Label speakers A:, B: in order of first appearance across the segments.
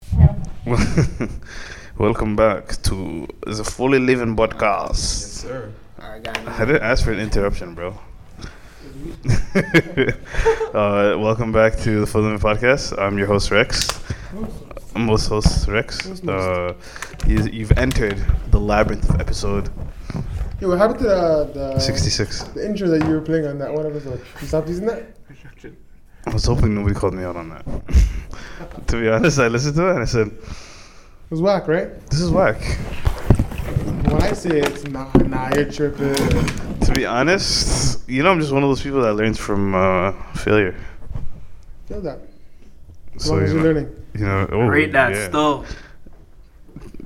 A: Welcome back to the Fully Living Podcast.
B: sir.
C: All right, guys.
A: I didn't ask for an interruption, bro. uh, welcome back to the Fully Living Podcast. I'm your host Rex. I'm most host Rex. Uh, you, you've entered the labyrinth of episode
D: Yo, what happened to the, uh, the
A: 66.
D: The intro that you were playing on that one episode. You stopped using that?
A: I was hoping nobody called me out on that. to be honest, I listened to it and I said,
D: It was whack, right?
A: "This is whack."
D: When I say it's nah, nah, you're tripping.
A: To be honest, you know, I'm just one of those people that learns from uh, failure.
D: Feel that. As
A: So
D: long as
A: you
D: you're
A: know-
D: learning.
A: You know, oh,
C: Read that
A: yeah.
C: stuff.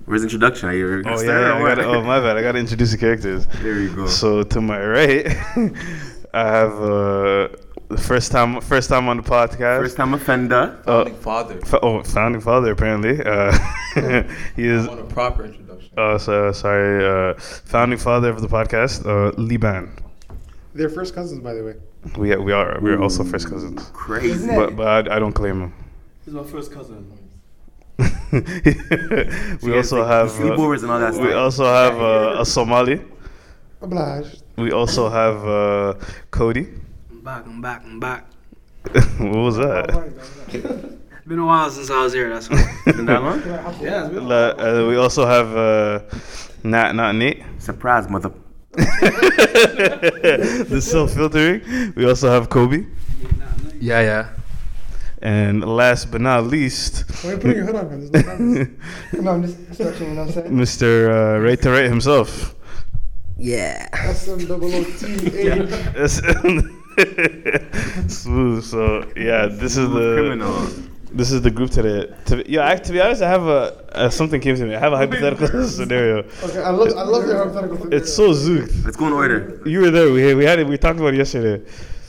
B: Where's the introduction? Are you
A: Oh yeah, I gotta, oh my bad. I gotta introduce the characters.
B: There you go.
A: So to my right, I have uh, the first time, first time on the podcast.
B: First time offender.
A: uh,
E: Founding father.
A: fa- oh, founding father apparently. Uh, he
E: I
A: is.
E: want a proper introduction.
A: Uh, so, sorry, uh, founding father of the podcast, uh, Liban.
D: They're first cousins, by the way.
A: We we are we are also first cousins,
B: Crazy.
D: Isn't it?
A: but but I, I don't claim him.
E: He's my first cousin.
A: we also have
B: sleepovers and all that
A: uh,
B: stuff.
A: we also have uh, a Somali.
D: Obliged.
A: We also have uh, Cody.
C: I'm back, I'm back, I'm back.
A: what was that?
C: It's been a while since I was here, that's why.
B: Isn't that one?
C: yeah, it's been
A: La- uh, we also have uh, Nat, not Nate.
B: Surprise, mother.
A: the self filtering. We also have Kobe.
F: Yeah, yeah.
A: And last but not least,
D: Why are you putting your hood on, man? There's no cameras. no, I'm just searching, you know what I'm saying?
A: Mr. Uh, right to right himself.
F: Yeah.
D: SM008.
A: That's- Smooth. So yeah, this is the
B: criminal.
A: This is the group today. To, be- yeah, I, to be honest, I have a uh, something came to me. I have a hypothetical scenario.
D: Okay, I love, I love your hypothetical thing.
A: It's so zooked.
B: Let's go in order.
A: You were there. We we had it. We talked about it yesterday.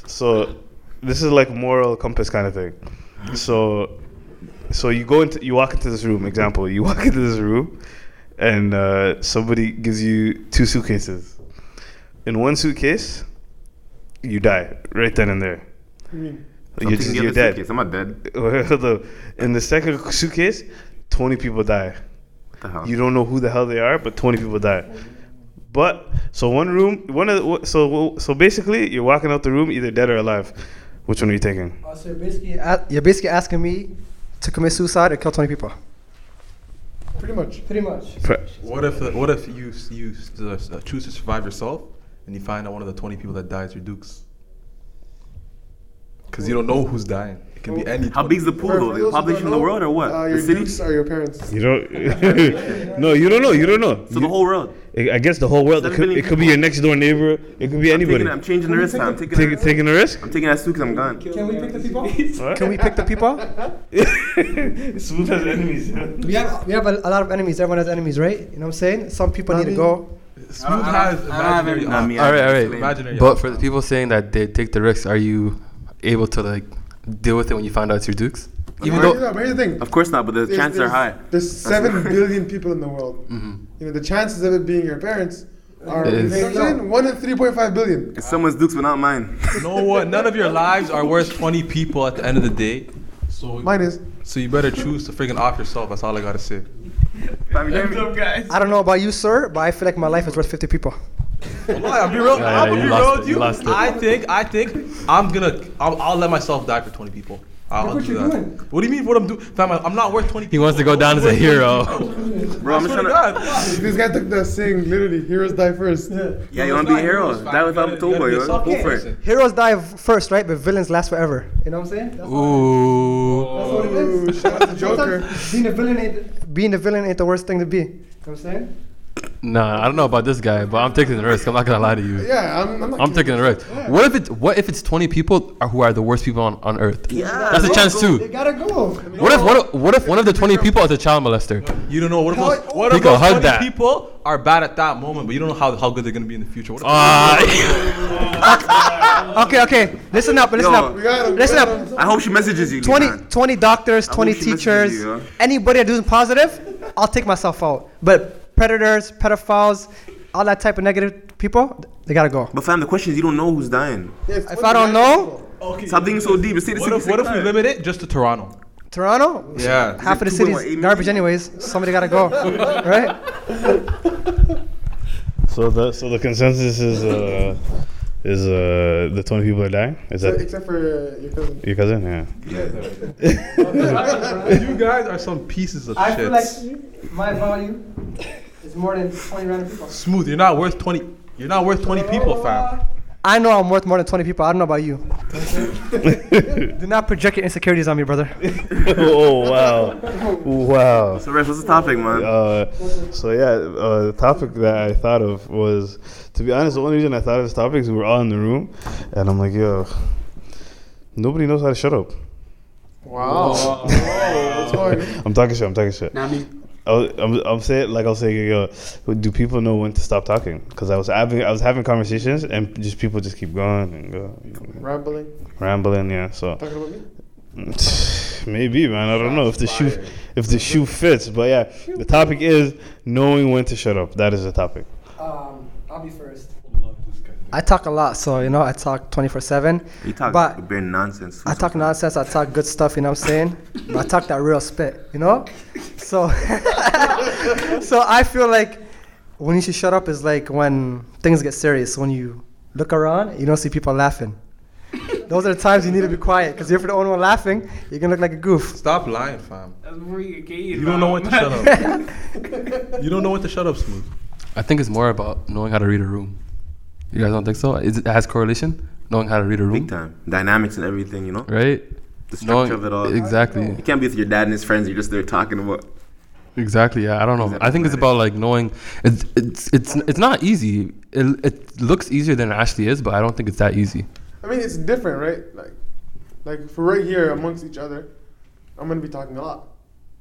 A: So this is like moral compass kind of thing. So so you go into you walk into this room. Example: you walk into this room, and uh, somebody gives you two suitcases. In one suitcase, you die right then and there.
D: You mean,
B: I'm
A: You're,
B: taking
A: just,
B: the
A: you're
B: other
A: dead.
B: suitcase. I'm not dead.
A: Hold up. In the second suitcase, 20 people die.
B: What the hell?
A: You don't know who the hell they are, but 20 people die. But so one room, one of the, so so basically, you're walking out the room either dead or alive. Which one are you taking?
F: so you're basically, a- you're basically asking me to commit suicide or kill 20 people.
D: pretty much.
F: Pretty much.
A: Pre-
E: What if uh, what if you s- you s- uh, choose to survive yourself and you find out one of the 20 people that dies are dukes? Because you don't know who's dying. It can be any.
B: How big's the pool
D: For- for
B: though? The
D: those who
B: population
D: don't
B: of the
D: know,
B: world or what?
D: Uh,
B: the
D: your
B: city?
D: dukes are your parents.
A: you don't. no, you don't know. You don't know.
B: So the whole world.
A: I I guess the whole world. It
B: Seven
A: could,
B: billion
A: it could be your next door neighbor. It could be
B: I'm,
A: anybody.
B: taking, I'm changing the wrist now. I'm taking,
A: Take,
B: that
A: taking a risk.
B: I'm taking that suitcase. I'm gone.
D: Can we pick the people?
A: What?
F: Can we pick the people?
A: Smooth as enemies.
F: We have, we have a, a lot of enemies. Everyone has enemies, right? You know what I'm saying? Some people need to go.
E: Smooth has imaginary.
B: Nah, me,
E: arms.
B: I-
G: All right, all right.
E: Imaginary.
G: But
E: arms.
G: for the people saying that they take the risks, are you able to like deal with it when you find out it's your dukes? Even
D: Here's
G: though
D: the- here's the thing.
B: Of course not, but the
D: There's-
B: chances are
D: there's-
B: high.
D: There's
B: That's
D: seven
B: right. Mm-hmm.
D: billion people in the world. You know, the chances of it being your parents are
G: It is.
D: you know what I'm saying? one in three point five billion.
B: It's someone's dukes, but not mine.
E: No one. None of your lives are worth 20 people at the end of the day. So
D: Mine is.
E: So you better choose to freaking off yourself. That's all I gotta say.
B: Fam, you hear me?
F: I don't know about you, sir, but I feel like my life is worth 50 people.
E: Why? I'm be real.
G: Yeah,
E: I'm
G: you
E: be
G: lost
E: real
G: it,
E: with
G: you
E: you.
G: lost it.
E: I think. I think. I'm gonna. I'll, I'll let myself die for 20 people. I'll
D: Look what
E: do
D: you're
E: that.
D: doing.
E: What do you mean? What I'm doing? Fam, I- I'm not worth 20.
G: he wants to go down as a hero.
B: Bro, I'm just trying to.
D: This guy took the saying literally, heroes die first. Yeah.
B: Yeah, you want to be a hero. That was October. You want to go for it.
F: Heroes die v- first, right? But villains last forever. You know what I'm saying? That's
G: Ooh.
F: that's what it is.
D: Oh, shout out to Joker.
F: Sometimes Being a villain ain't being a villain ain't the worst thing to be. You know what I'm saying?
G: Nah, I don't know about this guy, but I'm taking the risk. I'm not gonna lie to you.
D: Yeah, I'm. I'm, not
G: I'm taking the risk. What if it's what if it's 20 people are, who are the worst people on, on earth?
B: Yeah.
G: That's a chance
F: They
G: too.
F: gotta go.
G: What if what if, what if one of the 20 people is a child molester?
E: You don't know what if those, what
G: He
E: if
G: gonna
E: those
G: hug
E: 20
G: that.
E: people are bad at that moment, but you don't know how, how good they're gonna be in the future. What if
B: Uh,
G: Ah.
F: Okay, okay. Listen up, listen
B: Yo.
F: up.
B: We
D: gotta- we
F: Listen
D: gotta-
F: up.
B: I hope she messages you.
F: 20,
B: Leon.
F: 20 doctors,
B: hope
F: 20
B: she messages
F: teachers,
B: you, huh?
F: anybody that's doing positive, I'll take myself out. But predators, pedophiles, all that type of negative people, they gotta go.
B: But fam, the question is you don't know who's dying.
D: Yes,
F: If I don't know,
B: Stop thinking so deep. It's
E: what if, what if we limit it just to Toronto?
F: Toronto,
E: Yeah.
F: half of the
B: two point
F: city's
B: what, eight
F: garbage,
B: million?
F: anyways. Somebody gotta go, right?
A: So the so the consensus is uh is uh the twenty people are dying. Is
D: Except,
A: that
D: except for uh, your cousin.
A: your cousin? Yeah.
E: you guys are some pieces of shit.
F: my volume is more than 20 random people.
E: Smooth. You're not worth twenty. You're not worth twenty people, fam.
F: I know I'm worth more than 20 people. I don't know about you. Do not project your insecurities on me, brother.
A: oh wow, wow.
B: So, Rex, what's the topic, man?
A: Uh, so yeah, uh, the topic that I thought of was, to be honest, the only reason I thought of this topic is we were all in the room, and I'm like, yo, nobody knows how to shut up.
D: Wow. What's going on?
A: I'm talking shit. I'm talking shit.
C: Not me.
A: I was, I'm, I'm saying like I was saying, yo, do people know when to stop talking? Because I was having I was having conversations and just people just keep going and go,
D: Rambling.
A: rambling. Yeah, so
D: Talking about me?
A: maybe man, I don't know if the shoe if the shoe fits, but yeah, the topic is knowing when to shut up. That is the topic.
F: Um, I'll be first. I talk a lot, so you know I talk 24/7.
B: You talk
F: But-
B: bare nonsense.
F: I talk nonsense. I talk good stuff. You know what I'm saying? but I talk that real spit. You know? So, so I feel like when you should shut up is like when things get serious. When you look around, you don't see people laughing. Those are the times you need to be quiet because if you're the only one laughing, you're gonna look like a goof.
E: Stop lying, fam.
C: That's before you get killed.
E: You don't know when to shut up. you don't know when to shut up, Smooth.
G: I think it's more about knowing how to read a room. You guys don't think so? Is it has correlation? Knowing how to read a room,
B: Big time. Dynamics and everything, you know?
G: right?
B: The
G: Knowing
B: structure of it all.
G: exactly,
B: You can't be with your dad and his friends. You're just there talking about.
G: exactly. Yeah, I don't know. I think it's about like knowing. It's it's it's, it's not easy. It, it looks easier than it actually is, but I don't think it's that easy.
D: I mean, it's different, right? Like, like for right here amongst each other, I'm gonna be talking a lot.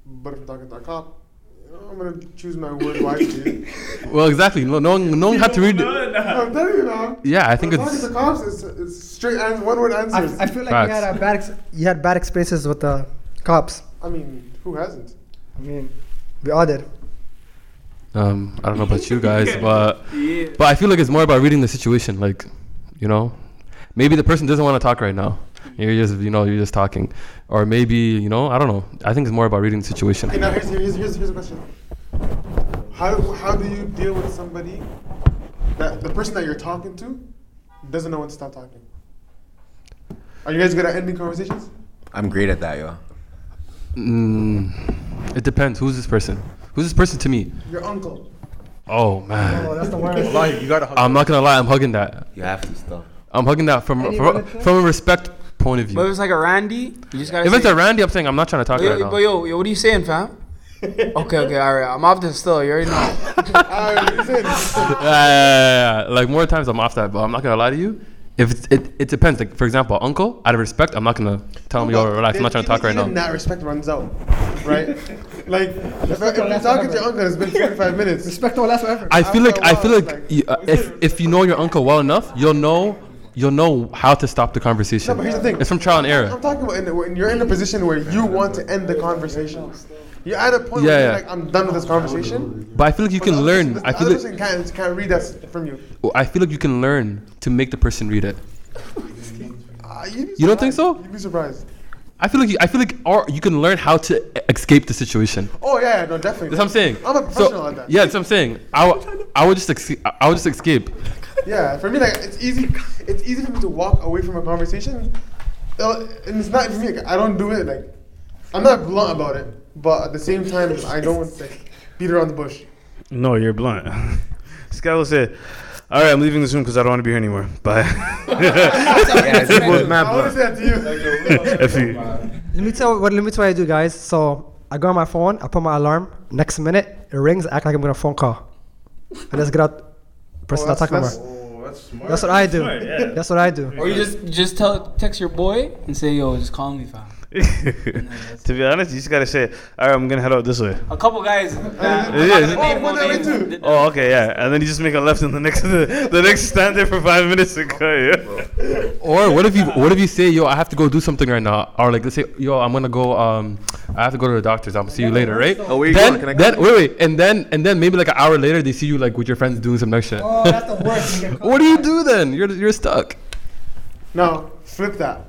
D: But if I'm talking to a cop, you know, I'm gonna choose my word wisely.
G: Well, exactly. No- Knowing knowing how to read.
D: I'm telling you now.
G: Yeah, I think
D: As long as
G: it's
D: the cops, it's, it's straight ans one word
F: I,
D: answers. I
F: I feel like
G: Facts.
F: you had a bad ex- you had bad experiences with the cops.
D: mean, who hasn't?
F: I mean, we all did.
G: Um, I don't know about you guys, but
C: Yeah.
G: but I feel like it's more about reading the situation. Like, you know, maybe the person doesn't want to talk right now. You're just you know you're just talking, or maybe you know I don't know. I think it's more about reading the situation.
D: Okay, now here's here's here's, here's a question. How how do you deal with somebody that the person that you're talking to doesn't know when to stop talking? Are you guys good at ending conversations?
B: I'm great at that, yo.
G: Mm, it depends. Who's this person? Who's this person to me?
D: Your uncle.
G: Oh man,
F: that's the word.
E: Wallahi, you gotta. hug
G: I'm not gonna lie. I'm hugging that.
B: You have to stop.
G: I'm hugging that from from, from a respect point of
C: But if
G: view.
C: it's like a Randy, you just gotta.
G: If it's
C: say-
G: a Randy, I'm saying I'm not trying to talk
C: But
G: right
C: yo, but
G: now.
C: yo, yo, what are you saying, fam? okay, okay, all right. I'm off this still. You already know.
G: Yeah, yeah, yeah, yeah. Like more times I'm off that, but I'm not gonna lie to you. If it's, it it depends. Like for example, uncle, out of respect, I'm not gonna tell him yo relax. I'm not trying to talk right now.
D: Even that respect runs out, right? like if, if you're talking to your uncle, it's been 45 minutes.
F: Respect all that's forever.
G: I feel like
D: After a
G: I feel
D: while,
G: like,
D: it's
G: you, uh, if if you know your uncle well enough, you'll know you'll know how to stop the conversation.
D: No, but here's the thing.
G: It's from trial and
D: I'm
G: error.
D: talking about in the, when you're in a position where you want to end the conversation. You're at a point
G: Yeah,
D: where
G: yeah.
D: you're like, I'm done with this conversation.
G: But I feel like you
D: But the
G: can
D: other
G: learn.
D: person-
G: I
D: the
G: feel
D: other
G: like
D: person can't, can't read that from you.
G: I feel like you can learn to make the person read it.
D: Uh, you'd be
G: You don't think
D: surprised.
G: so?
D: You'd be surprised.
G: I feel like you, I feel like or you can learn how to e- escape the situation.
D: Oh yeah, yeah, no, definitely.
G: That's what I'm saying.
D: I'm a professional at that.
G: Yeah, that's what I'm saying. I, w- I would just ex- I would just escape.
D: Yeah, for me, like it's easy. It's easy for me to walk away from a conversation, Uh, and it's not for me. Like, I don't do it. Like I'm not blunt about it, but at the same time, I don't want to like, beat around the bush.
A: No, you're blunt. this guy will say, "All right, I'm leaving this room because I don't want to be here anymore. Bye."
B: Yeah, it's both mad
D: I want to
B: blunt.
D: say that to you.
A: If you-
E: oh,
F: Let me tell what. Let me tell you what I do, guys. So I go on my phone. I put my alarm. Next minute, it rings. I act like I'm getting a phone call. I just get out. Person not
D: that's-
F: talking
D: that's-
F: about. That's what I do. That's what I do.
C: Or you just just tell text your boy and say, yo, just call me, fam.
A: to be honest, you just gotta say, "All right, I'm gonna head out this way."
C: A couple guys. That,
A: Yeah, yeah.
C: I'm not gonna
D: Oh,
C: name
D: one that way
C: names.
D: too.
A: Oh, okay, yeah, and then you just make a left in the next the, next stand there for five minutes and go. Yeah.
G: Or what if you what if you say yo I have to go do something right now? Or like let's say yo I'm gonna go um I have to go to the doctor's. I'll see you later, right?
B: Oh, where you
G: then,
B: going? Can I
G: then
B: come?
G: wait wait and then and then maybe like an hour later they see you like with your friends doing some next shit.
D: Oh,
F: Oh, that's the worst.
G: what do you do then? You're you're stuck.
D: No, flip that.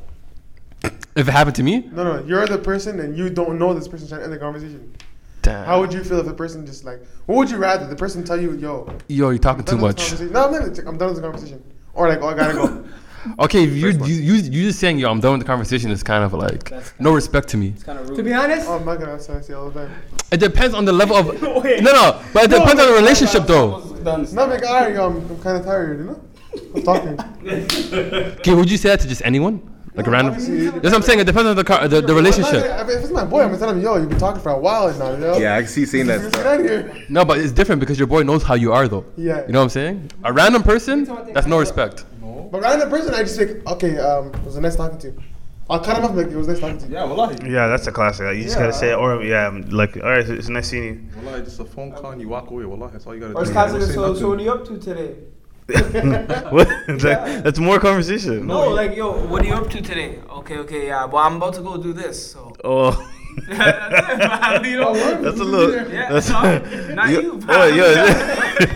G: If it happened to me,
D: No, no, you're the person and you don't know this person's trying to end the conversation.
G: damn.
D: How would you feel if the person just like, what would you rather? The person tell you, yo, I'm
G: Yo, you're talking too
D: done with
G: much.
D: this conversation. No, I'm, not, I'm done with the conversation. Or like, oh, I gotta go.
G: Okay, if you you, you you just saying yo, I'm done with the conversation is kind of like no respect to me.
H: kind of
F: To
H: rude.
F: be honest,
D: oh, I'm not gonna say all the time.
G: It depends on the level of no no, but it depends on the relationship though.
H: Done.
D: No, I'm like, alright, yo, I'm, I'm kind of tired, you know? I'm talking.
G: Okay, would you say that to just anyone? Like a random?
D: obviously.
G: That's what I'm saying. It depends on the car, the, the
D: I'm
G: relationship.
D: not gonna- if it's my boy, I'm gonna tell him, yo, you've been talking for a while now, yo.
B: Yeah, I can see saying that
D: Get
B: stuff.
D: out of here.
G: No, but it's different because your boy knows how you are though.
D: Yeah.
G: You know what I'm saying? A random person, that's no respect.
D: But random person, I just like, okay, um, it was a nice talking to you. I'll cut him off like it was nice talking to you.
E: Yeah, wallahi.
A: Yeah, that's a classic. Like, you just
D: Yeah.
A: gotta say, or yeah, I'm like, all right, it's nice seeing you.
E: Wallahi, just a phone call and you walk away. Wallahi, that's all you gotta
H: First
E: do.
H: class is
E: Say
H: so,
E: nothing.
H: so what are you up to today?
A: What? It's like, that's more conversation.
H: No, like yo, what are you up to today? Okay, okay, yeah. Well, I'm about to go do this. So
A: Oh,
H: that's it, man. You know,
A: that's a little.
H: Yeah,
A: that's
H: sorry. Not
A: Yo-
H: you,
A: Oh,
H: pal.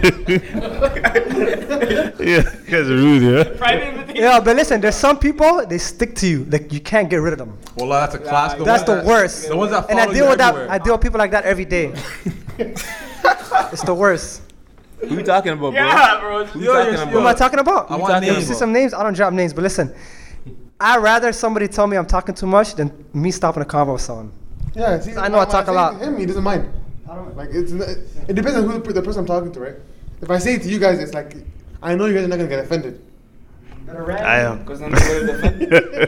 A: yeah. yeah, you guys are rude, yeah.
H: private invitation.
F: yeah, but listen, there's some people they stick to you, like you can't get rid of them.
E: Wallahi, that's a class. the
F: That's
E: ones
F: the
E: that-
F: worst.
E: The ones that
F: And
E: follow
F: I deal
E: you
F: with that.
E: everywhere.
F: I deal with people like that every day. it's the worst.
B: Who you talking about, bro?
H: Yeah, bro.
B: Who
E: Yo,
B: you
E: you're-
B: talking
F: Who am I
B: about?
F: talking about?
E: I want
F: You
E: names.
F: see some names. I don't drop names, but listen, I would rather somebody tell me I'm talking too much than me stopping a convo with someone.
D: Yeah, see,
F: I know I
D: when
F: talk a
D: say
F: lot.
D: to Him, he doesn't mind. Like it's n- it depends on who the, per- the person I'm talking to, right? If I say it to you guys, it's like I know you guys are not gonna get offended.
A: I am.
H: Because then they would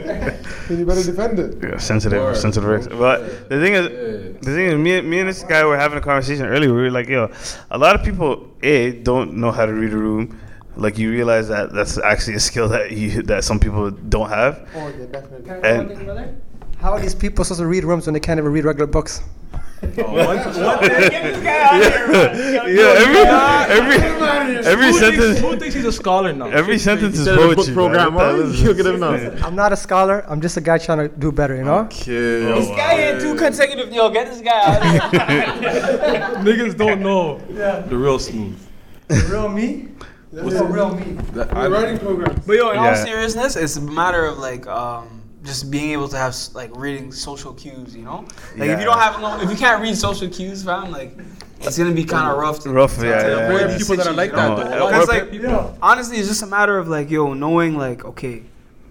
H: have
D: Then you better defend it.
A: Yeah, sensitive,
E: Word.
A: sensitive. ex- But the thing is,
E: Yeah.
A: the thing is, me, and- me and this guy were having a conversation earlier. We were like, yo, a lot of people a don't know how to read a room. Like you realize that that's actually a skill that you that some people don't have.
D: Oh yeah, definitely.
A: And
F: How are these people supposed to read rooms when they can't even read regular books?
H: Get this guy out of here, man. Yo,
A: yeah, every every every
E: Who
A: sentence.
E: thinks he's a scholar now?
A: Every sentence is
B: said it was a book
A: poetry. man.
B: program,
A: What the
B: huh?
A: hell is
B: Look
A: this?
B: at him now.
F: I'm not a scholar. I'm just a guy trying to do better. You know.
E: Kill.
H: This guy here two consecutive. Yo, get this guy out of here.
E: Niggas don't know the real smooth.
F: Real me?
E: What's the real
F: me.
E: That, I,
D: Writing program.
H: But yo, in all
A: Yeah.
H: seriousness, it's a matter of like um, just being able to have s- like reading social cues. You know, like if you don't
A: Yeah.
H: have no, if you can't read social cues, fam, like it's gonna be kind of rough. To,
A: Rough,
H: to-
A: yeah,
H: to
A: yeah,
H: avoid
E: Where are
A: yeah.
H: these
E: people that are like
H: situations,
E: that?
H: you know?
A: No, uh,
E: though?
H: Because
A: or
H: like honestly, it's just a matter of like yo knowing like okay,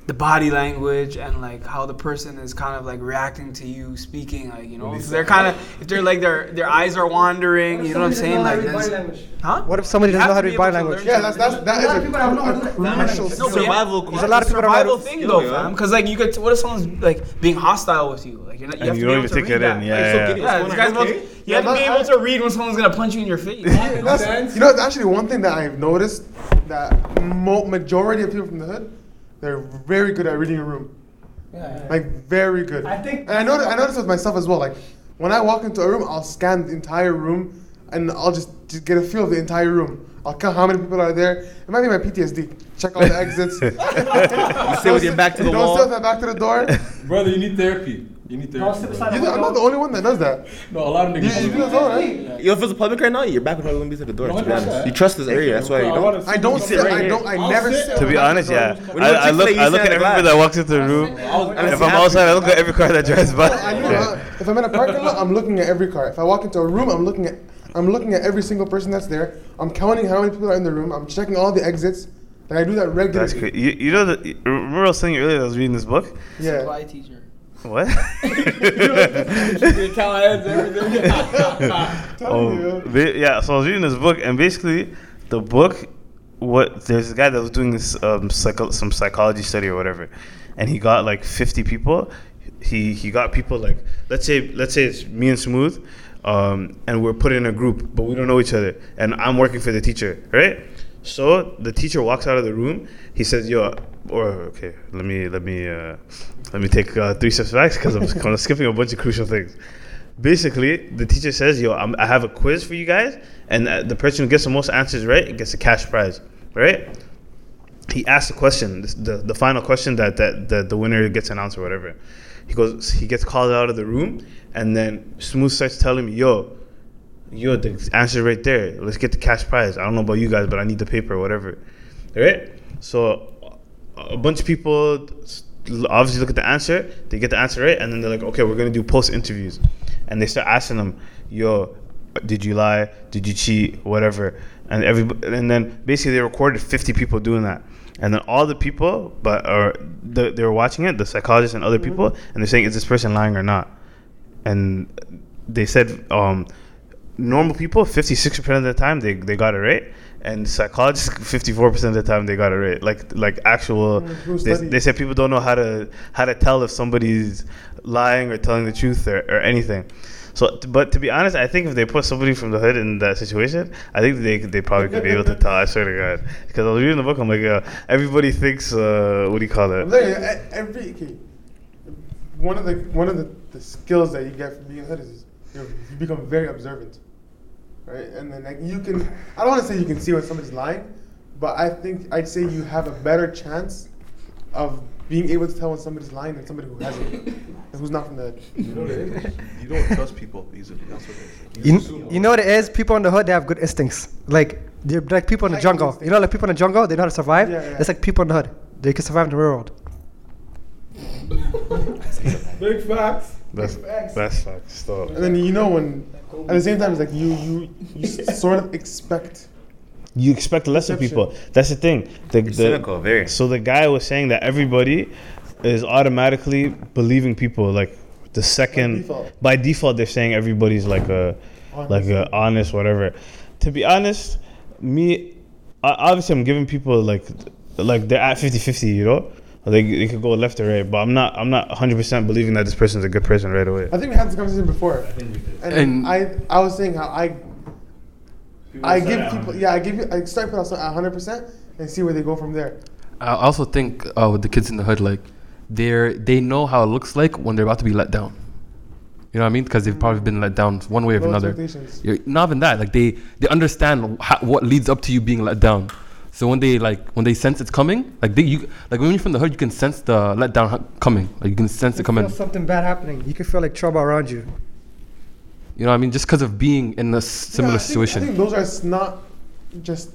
H: the body language and like how the person is kind of like reacting to you speaking. Like you know, if they're kind of if they're like their their eyes are wandering. You know what I'm saying? Like then it's- huh?
F: What if somebody
H: You
F: doesn't know how
H: have to
F: to
H: be
F: read body
H: able to
F: language?
H: learn
D: Yeah, that's that's that is a,
F: have
D: a crucial
H: No,
D: skill.
H: but survival.
F: There's a lot of people that don't
H: survival
F: have
H: thing though, fam. Because like you could, what if someone's like being hostile with you? Like you're not, you
A: And
H: have
A: you
H: to
A: don't
H: be
A: even
H: able to
A: take
H: read
A: it
H: that.
A: in.
H: Like,
A: Yeah, yeah, yeah.
H: yeah, this guy's
E: Okay.
H: about- you have to be
D: Yeah,
H: able to read when someone's gonna punch you in your face.
D: That's, you know, it's actually one thing that I've noticed that mo- majority of people from the hood, they're very good at reading a room. Like very good. I
F: think-
D: and I noticed, I noticed with myself as well. Like when I walk into a room, I'll scan the entire room, and I'll just, just get a feel of the entire room. I'll count how many people are there. It might be my PTSD. Check all the exits.
B: You sit with your back to the
D: Don't sit with
B: wall.
D: my back to the door. You
E: brother, you need therapy. You need therapy. brother.
D: know, I'm not the only one that does that.
E: No, a lot of
D: You,
E: niggas.
D: you
E: do
D: do as
E: that.
D: well, right?
B: Yo, if it's public right now, your back would probably be to the door. to be honest. You trust this area, that's why you
E: wanna
B: don't.
E: sit
D: I don't
E: with
D: sit.
B: right
D: I
B: here.
D: don't. I
E: I'll
D: never
E: sit.
D: sit. with
A: To
D: my
A: be
D: back
A: honest,
D: the door.
A: yeah.
B: When you
A: I,
B: were
A: I
B: kids,
A: look,
B: like, you
A: I
B: used
A: look
B: to
A: at
B: have the
A: everybody that
B: glass.
A: walks into the room.
E: I was-
A: And if
B: see
A: I'm
B: happy.
A: outside, I look at every car that drives by.
D: I know,
A: Yeah.
D: uh, if I'm in a parking lot, I'm looking at every car. If I walk into a room, I'm looking at I'm looking at every single person that's there. I'm counting how many people are in the room. I'm checking all the exits. Like I do that regularly.
A: That's crazy. You, you know, the, you- remember I was saying earlier that I was reading this book?
D: Yeah.
H: Bye, teacher.
A: What? oh, ba- yeah. So I was reading this book, and basically, the book, what there's a guy that was doing this um, psycho- some psychology study or whatever, and he got like 50 people. He he got people like let's say let's say it's me and Smooth, um, and we're put in a group, but we don't know each other, and I'm working for the teacher, right? So the teacher walks out of the room. He says, "Yo, or okay, let me let me uh, let me take uh, three steps back because I'm kind of skipping a bunch of crucial things." basically the teacher says yo I'm, i have a quiz for you guys and uh, the person who gets the most answers right gets a cash prize right he asks a question this, the, the final question that, that, that the winner gets announced or whatever he goes he gets called out of the room and then smooth starts telling me yo yo the answer right there let's get the cash prize i don't know about you guys but i need the paper or whatever right so a bunch of people l- obviously look at the answer. They get the answer right, and then they're like, okay, we're gonna do post interviews, and they start asking them, yo, did you lie? Did you cheat? Whatever. And every and then basically they recorded 50 people doing that. And then all the people, but or the, they were watching it, the psychologists and other people, and they're saying, is this person lying or not? And they said, um, normal people, 56% of the time, they, they got it right. And psychologists, 54% of the time, they got it right. Like, like actual,
D: who
A: they,
D: studied?
A: they said people don't know how to, how to tell if somebody's lying or telling the truth or, or anything. So, t- but to be honest, I think if they put somebody from the hood in that situation, I think they they probably could be able to tell. I swear to God, because I was reading the book, I'm like, uh, everybody thinks, uh, what do you call
D: I'm
A: it?
D: telling you, e- every okay, one of the one of the, the skills that you get from being a hood is you, know, you become very observant, right? And then like you can, I don't want to say you can see when somebody's lying, but I think I'd say you have a better chance of being able to tell when somebody's lying than somebody who hasn't, and who's not from the.
E: You know what it is? You don't trust people easily. That's what it is.
F: You, you know what it is? People in the hood, they have good instincts. Like, they're like people in the
D: Fighting
F: jungle. You know, like people in the jungle, they know how to survive.
D: Yeah, yeah.
F: It's like people in the hood. They can survive in the real world.
D: Big facts.
A: That's that's fucked. Stop.
D: And then you know when, at the same time, it's like you you you s- sort of expect.
A: You expect less of people. That's the thing. The, the,
B: cynical, very.
A: So the guy was saying that everybody is automatically believing people. Like the second by default,
D: default.
A: they're saying everybody's like a like a honest whatever. To be honest, me I, obviously I'm giving people like like they're at 50-50, You know, they they could go left or right, but I'm not I'm not 100 percent believing that this person's a good person right away.
D: I think we had this conversation before. And,
G: And-
D: I, I was saying how I, I give people, yeah, I give you, I start people at hundred percent and see where they go from there.
G: I also think uh, with the kids in the hood, like they're they know how it looks like when they're about to be let down. You know what I mean? Because they've probably been let down one way or
D: Low
G: another.
D: expectations.
G: You're, not even that. Like they they understand how, what leads up to you being let down. So when they like when they sense it's coming, like they you like when you're from the hood, you can sense the letdown hu- coming. Like you can sense it
F: You feel
G: coming.
F: something bad happening. You can feel like trouble around you.
G: You know what I mean? Just because of being in a s- similar
D: Yeah, I think-
G: situation.
D: I think those are s- not just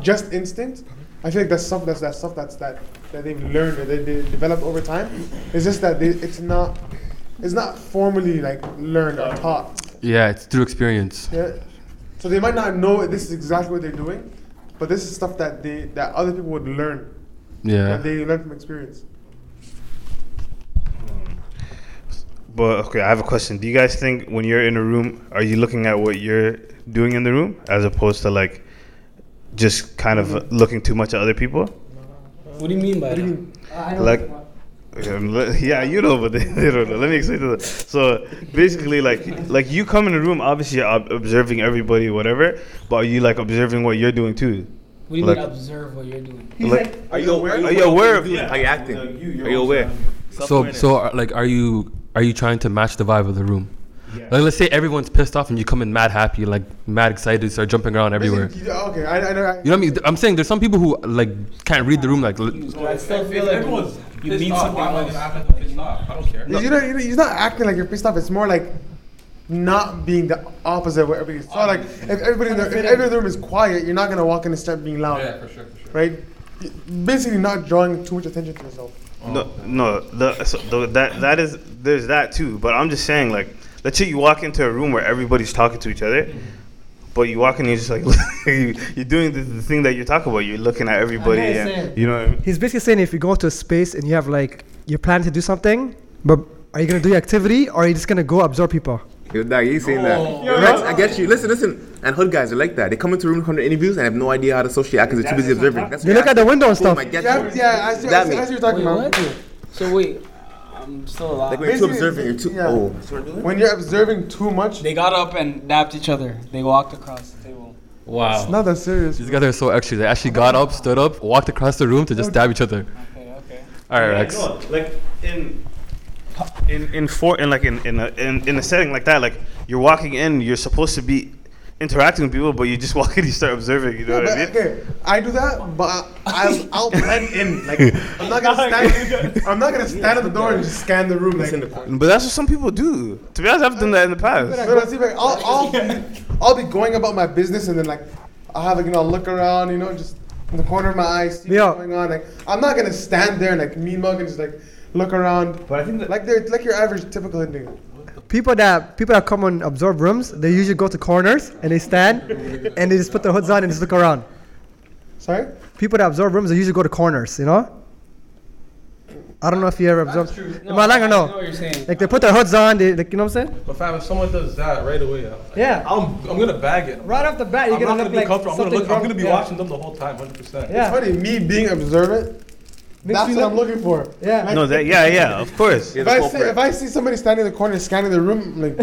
D: just instinct. I feel like that's stuff that's that stuff that's that that they've learned or that they developed over time. It's just that they, it's not it's not formally like learned or taught.
G: yeah, it's through experience.
D: Yeah. So they might not know this is exactly what they're doing, but this is stuff that they that other people would learn
G: Yeah.
D: and they learn from experience.
A: But okay, I have a question. Do you guys think when you're in a room, are you looking at what you're doing in the room as opposed to like just kind of looking too much at other people?
H: What do you mean by that?
A: Like, um, le- yeah, you know, but they, they don't know. Let me explain to them. So basically, like, like you come in a room, obviously you're ob- observing everybody, whatever. But are you like observing what you're doing too?
H: What do you
A: Like-
H: mean observe what you're doing?
A: Like,
B: Are you aware? Are
A: you aware of-
B: How you acting? Are you aware?
G: So so are, like are you are you trying to match the vibe of the room? Like let's say everyone's pissed off and you come in mad happy, like mad excited, start jumping around everywhere.
D: Basically, yeah, Okay, I, I know. I,
G: You know what I mean? I'm saying there's some people who like can't read the room. Like li-
H: I still feel like you mean something else.
E: I don't care.
D: You know, you know, he's not acting like you're pissed off. It's more like not being the opposite of what everybody. So like, if everybody in the, if everybody in the room is quiet, you're not gonna walk in and start being loud,
E: for sure, for sure.
D: right? Basically, not drawing too much attention to yourself.
A: No, no, the, so the, that that is there's that too. But I'm just saying, like, let's say you walk into a room where everybody's talking to each other, but you walk in, you're just like, you- you're doing the, the thing that you're talking about. You're looking at everybody,
H: what you're
A: and
H: saying.
A: you know what I mean.
F: He's basically saying if you go into a space and you have like, you're planning to do something, but are you going to do your activity or are you just going to go absorb people?
B: You're not, you ain't saying that. Relax, I get you. Listen, listen. And hood guys are like that. They come into rooms, come to interviews, and have no idea how to sociate because they're too busy observing. That's
F: They look at the window and
D: Oh
B: Boom,
F: stuff.
B: I get
D: Yeah,
B: you.
D: yeah. I see, I
B: That
D: see, I
B: means-
D: see what you're talking
H: Wait,
D: about.
H: what? So wait, I'm still
B: Like
H: alive.
B: when you're too
D: Basically,
B: observing, you're too.
D: yeah.
B: Oh.
D: When you're observing too much,
H: They got up and napped each other. They walked across the table.
G: wow,
D: not that serious.
G: these guys are so extra. They actually got up, stood up, walked across the room to just dab each other.
H: Okay, okay.
G: All right,
A: Yeah,
G: Rex.
A: no, like in in in for in like in in a, in in a setting like that, like you're walking in, you're supposed to be interacting with people, but you just walk in, you start observing. You know
D: Yeah,
A: what I
D: but,
A: mean?
D: okay, I do that, but I- I'll, I'll blend in. Like I'm not gonna stand. I'm not gonna stand at the door and just scan the room. Like,
A: But that's what some people do. To be honest, I've done that in the past.
D: But I see, like, I'll, I'll, be, I'll be going about my business and then like I'll have like you know I'll look around you know just in the corner of my eye see
F: Yeah.
D: what's going on like I'm not gonna stand there and like mean mug and just like look around.
A: But I think that
D: Like they're like your average typical Hindu.
F: People that people that come and absorb rooms, they usually go to corners and they stand and they just put their hoods on and just look around.
D: Sorry?
F: People that absorb rooms, they usually go to corners, you know? I don't know if you ever absorbed. Am I lying or
H: I know
F: no?
H: what you're saying.
F: Like they put their hoods on, they like you know what I'm saying?
E: But fam, if someone does that right away, I'm,
F: Yeah.
H: Um,
E: I'm, I'm gonna bag it.
F: Right off the bat,
E: I'm not gonna be comfortable. I'm gonna look. I'm gonna be watching them the whole time, 100. percent
F: Yeah.
D: Funny, me being observant,
F: Makes
D: that's
F: you
D: what
F: look-
D: I'm looking for.
F: Yeah.
D: Like,
A: no, that yeah, yeah, of course.
B: He's
D: if
B: a
D: I, see,
B: culprit.
D: if I see somebody standing in the corner scanning the room, like,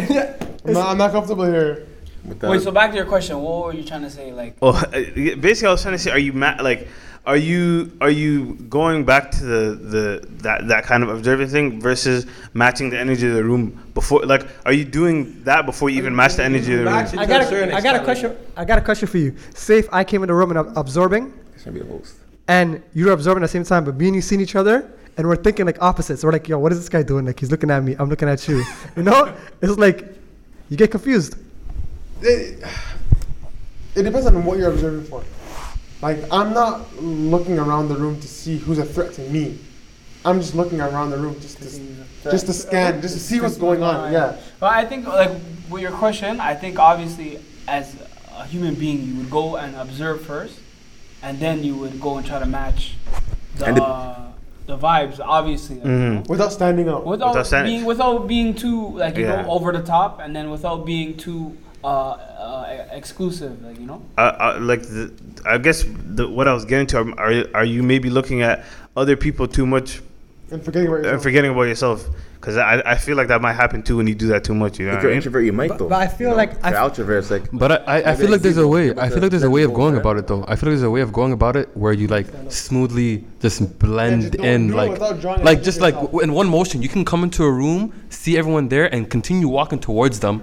D: I'm, not, I'm not comfortable here.
B: Without-
H: Wait, so back to your question. What were you trying to say? Like,
A: Well, basically, I was trying to say, are you mad? Like, are you are you going back to the, the that that kind of observant thing versus matching the energy of the room before? Like, are you doing that before you even match the energy of the room?
E: Match it
F: I
E: to
F: got
E: certain
F: a, I got a
E: extent,
F: question. I got a question for you. Say if I came in the room and I'm absorbing,
B: It's gonna be a host.
F: and you're absorbing at the same time, but me and you seen each other, and we're thinking like opposites. We're like, yo, what is this guy doing? Like he's looking at me, I'm looking at you. You know, it's like you get confused.
D: It, it depends on what you're observing for. Like, I'm not looking around the room to see who's a threat to me. I'm just looking around the room just to, just to
H: Uh,
D: scan, just to see what's going on. Yeah.
H: Well, I think like with your question, I think obviously as a human being, you would go and observe first, and then you would go and try to match the
B: And the-
H: uh, the vibes. Obviously, like, you
A: Mhm.
H: know?
D: Mm-hmm. Without standing out.
H: without,
A: Without saying-
H: being without being too like you
A: Yeah.
H: know over the top, and then without being too uh, uh, exclusive, like you know.
A: uh, uh, like the, I guess the, what I was getting to are, are are you maybe looking at other people too much
D: and forgetting about
A: and
D: yourself.
A: forgetting about yourself? Because I, I feel like that might happen too when you do that too much. You know
B: If
A: what
B: you're
A: I mean?
B: introvert, you might
F: But-
B: though.
F: but I feel
B: you
F: like
B: if
F: I
B: you're
F: f-
B: outrovert, it's like
G: But I, I, I feel like there's a way. I feel like there's a way of going about it though. I feel like there's a way of going about it where you like smoothly just blend
D: don't
G: in,
D: do it
G: like,
D: without drawing
G: like
D: attention
G: just
D: to
G: like
D: yourself.
G: w- in one motion. You can come into a room, see everyone there, and continue walking towards them,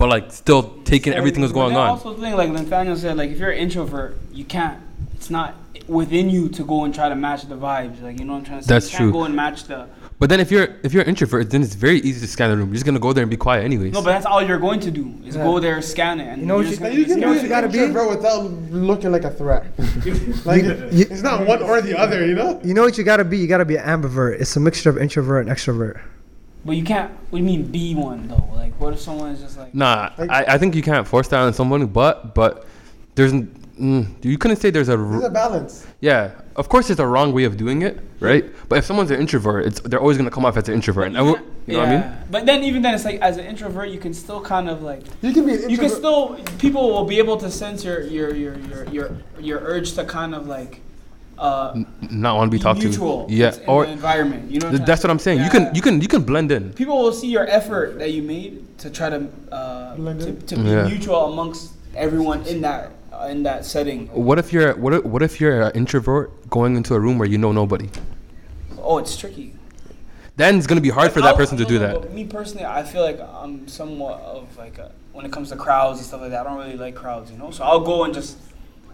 G: but like still taking everything that's
H: But
G: going
H: then
G: on.
H: Also, the thing like Nathaniel said, like if you're an introvert, you can't. It's not within you to go and try to match the vibes. Like you know what I'm trying to say.
G: That's
H: you
G: true.
H: Can't go and match the.
G: But then if you're if you're an introvert, then it's very easy to scan the room. You're just gonna go there and be quiet anyways.
H: No, but that's all you're going to do is
F: Yeah.
H: go there, scan it, and
F: You know what
H: you're just
F: you-
H: gonna
D: You
H: be
F: You
D: can be
F: know what you
D: an
F: gotta be?
D: introvert without looking like a threat. like it-
F: you-
D: it's not one or the other, you know.
F: You know what you gotta be? You gotta be an ambivert. It's a mixture of introvert and extrovert.
H: But you can't. What do you mean be one though? Like what if someone is just like?
G: Nah,
D: Like-
G: I, I think you can't force that on someone. But but there's n- mm, you couldn't say there's a r-
D: There's a balance.
G: Yeah, of course, it's a wrong way of doing it, right? But if someone's an introvert, it's they're always gonna come off as an introvert. And I w- you know what I mean?
H: But then even then, it's like as an introvert, you can still kind of like
D: You can be. An
H: you can
D: introvert-
H: still people will be able to sense your your your your your, your urge to kind of like uh
G: N- Not want to be talked
H: mutual
G: to. Yeah,
H: in
G: or
H: the environment. You know
G: th- that's what I'm saying. You
H: Yeah.
G: can you can you can blend in.
H: people will see your effort that you made to try to uh,
D: Blend
H: to,
D: in.
H: to be
G: Yeah.
H: mutual amongst everyone in that uh, in that setting.
G: What if you're what if, what if you're an introvert going into a room where you know nobody?
H: Oh, it's tricky.
G: Then it's gonna be hard for
H: I'll-
G: that person to
H: no,
G: do
H: no,
G: that.
H: But me personally, I feel like I'm somewhat of like a, when it comes to crowds and stuff like that. I don't really like crowds, you know. So I'll go and just,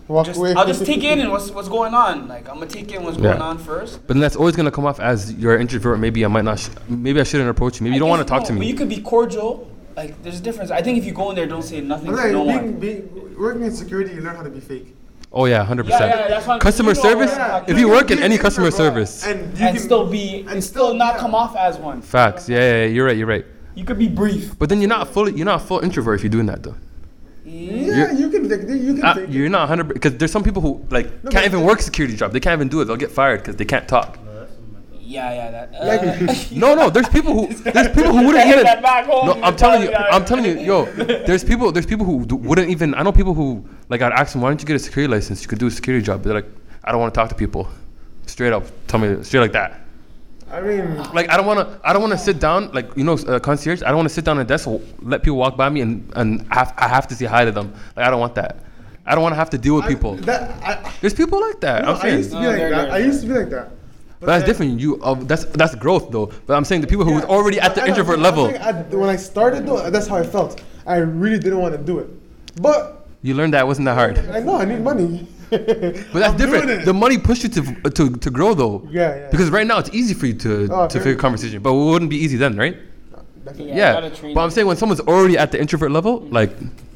D: Walk
H: just
D: away.
H: I'll just take in and what's what's going on. Like I'm gonna take in what's
G: Yeah.
H: going on first.
G: But then that's always gonna come off as you're an introvert. Maybe I might not. Sh- maybe I shouldn't approach you. Maybe you don't want to talk to
H: But you
G: me.
H: could be cordial. Like there's a difference. I think if you go in there, don't say nothing
D: I'm
H: to no
D: like, being,
H: one.
D: being, working in security, you learn how to be fake.
G: Oh yeah, hundred
H: Yeah, yeah,
G: percent.
H: that's what I'm-
G: Customer
H: you know what
G: service.
H: I'm talking
G: If
H: about.
G: you work in
D: can be
G: any
D: an
G: customer
D: introvert
G: service,
D: and you
H: and
D: can
H: still be and, still not
D: yeah.
H: come off as one.
G: facts. Yeah, yeah, yeah, you're right. You're right.
H: You could be brief.
G: But then you're not fully you're not a full introvert if you're doing that though.
D: Yeah, you can. like, You can.
G: Uh,
D: fake it.
G: you're not 100 because there's some people who like can't even work security job. They can't even do it. They'll get fired because they can't talk.
H: Yeah, yeah, that. Uh,
G: No, no. There's people who there's people who wouldn't
H: Take
G: even.
H: that back home,
G: No,
H: you
G: I'm telling you.
H: probably
G: I'm
H: are.
G: telling you, yo. There's people there's people who do, wouldn't even. I know people who like I'd ask them why don't you get a security license? You could do a security job. They're like I don't want to talk to people. Straight up, tell me straight like that.
D: I mean,
G: Like I don't want to. I don't want to sit down like you know uh, concierge. I don't want to sit down at a desk, let people walk by me, and and I have, I have to say hi to them. Like I don't want that. I don't want to have to deal with people.
D: that I,
G: There's people like that.
D: no,
G: I'm
D: I
G: saying.
D: used to be
H: No,
D: like
H: they're-
D: that.
H: they're-
D: I used to be like that.
G: But that's different. You uh, that's that's growth though. But I'm saying the people who was already at the
D: I know,
G: introvert
D: I'm
G: level,
D: saying I- when I started though, that's how I felt. I really didn't want to do it, but
G: you learned that it wasn't that hard.
D: I know I need money. but
G: But that's different. The money pushed you to to, to grow though.
D: Yeah, yeah.
G: Because right now it's easy for you to
D: Oh,
G: to
D: very-
G: figure conversation, but it wouldn't be easy then, right?
H: yeah. Mm-hmm.
G: But I'm saying when someone's already at the introvert level, like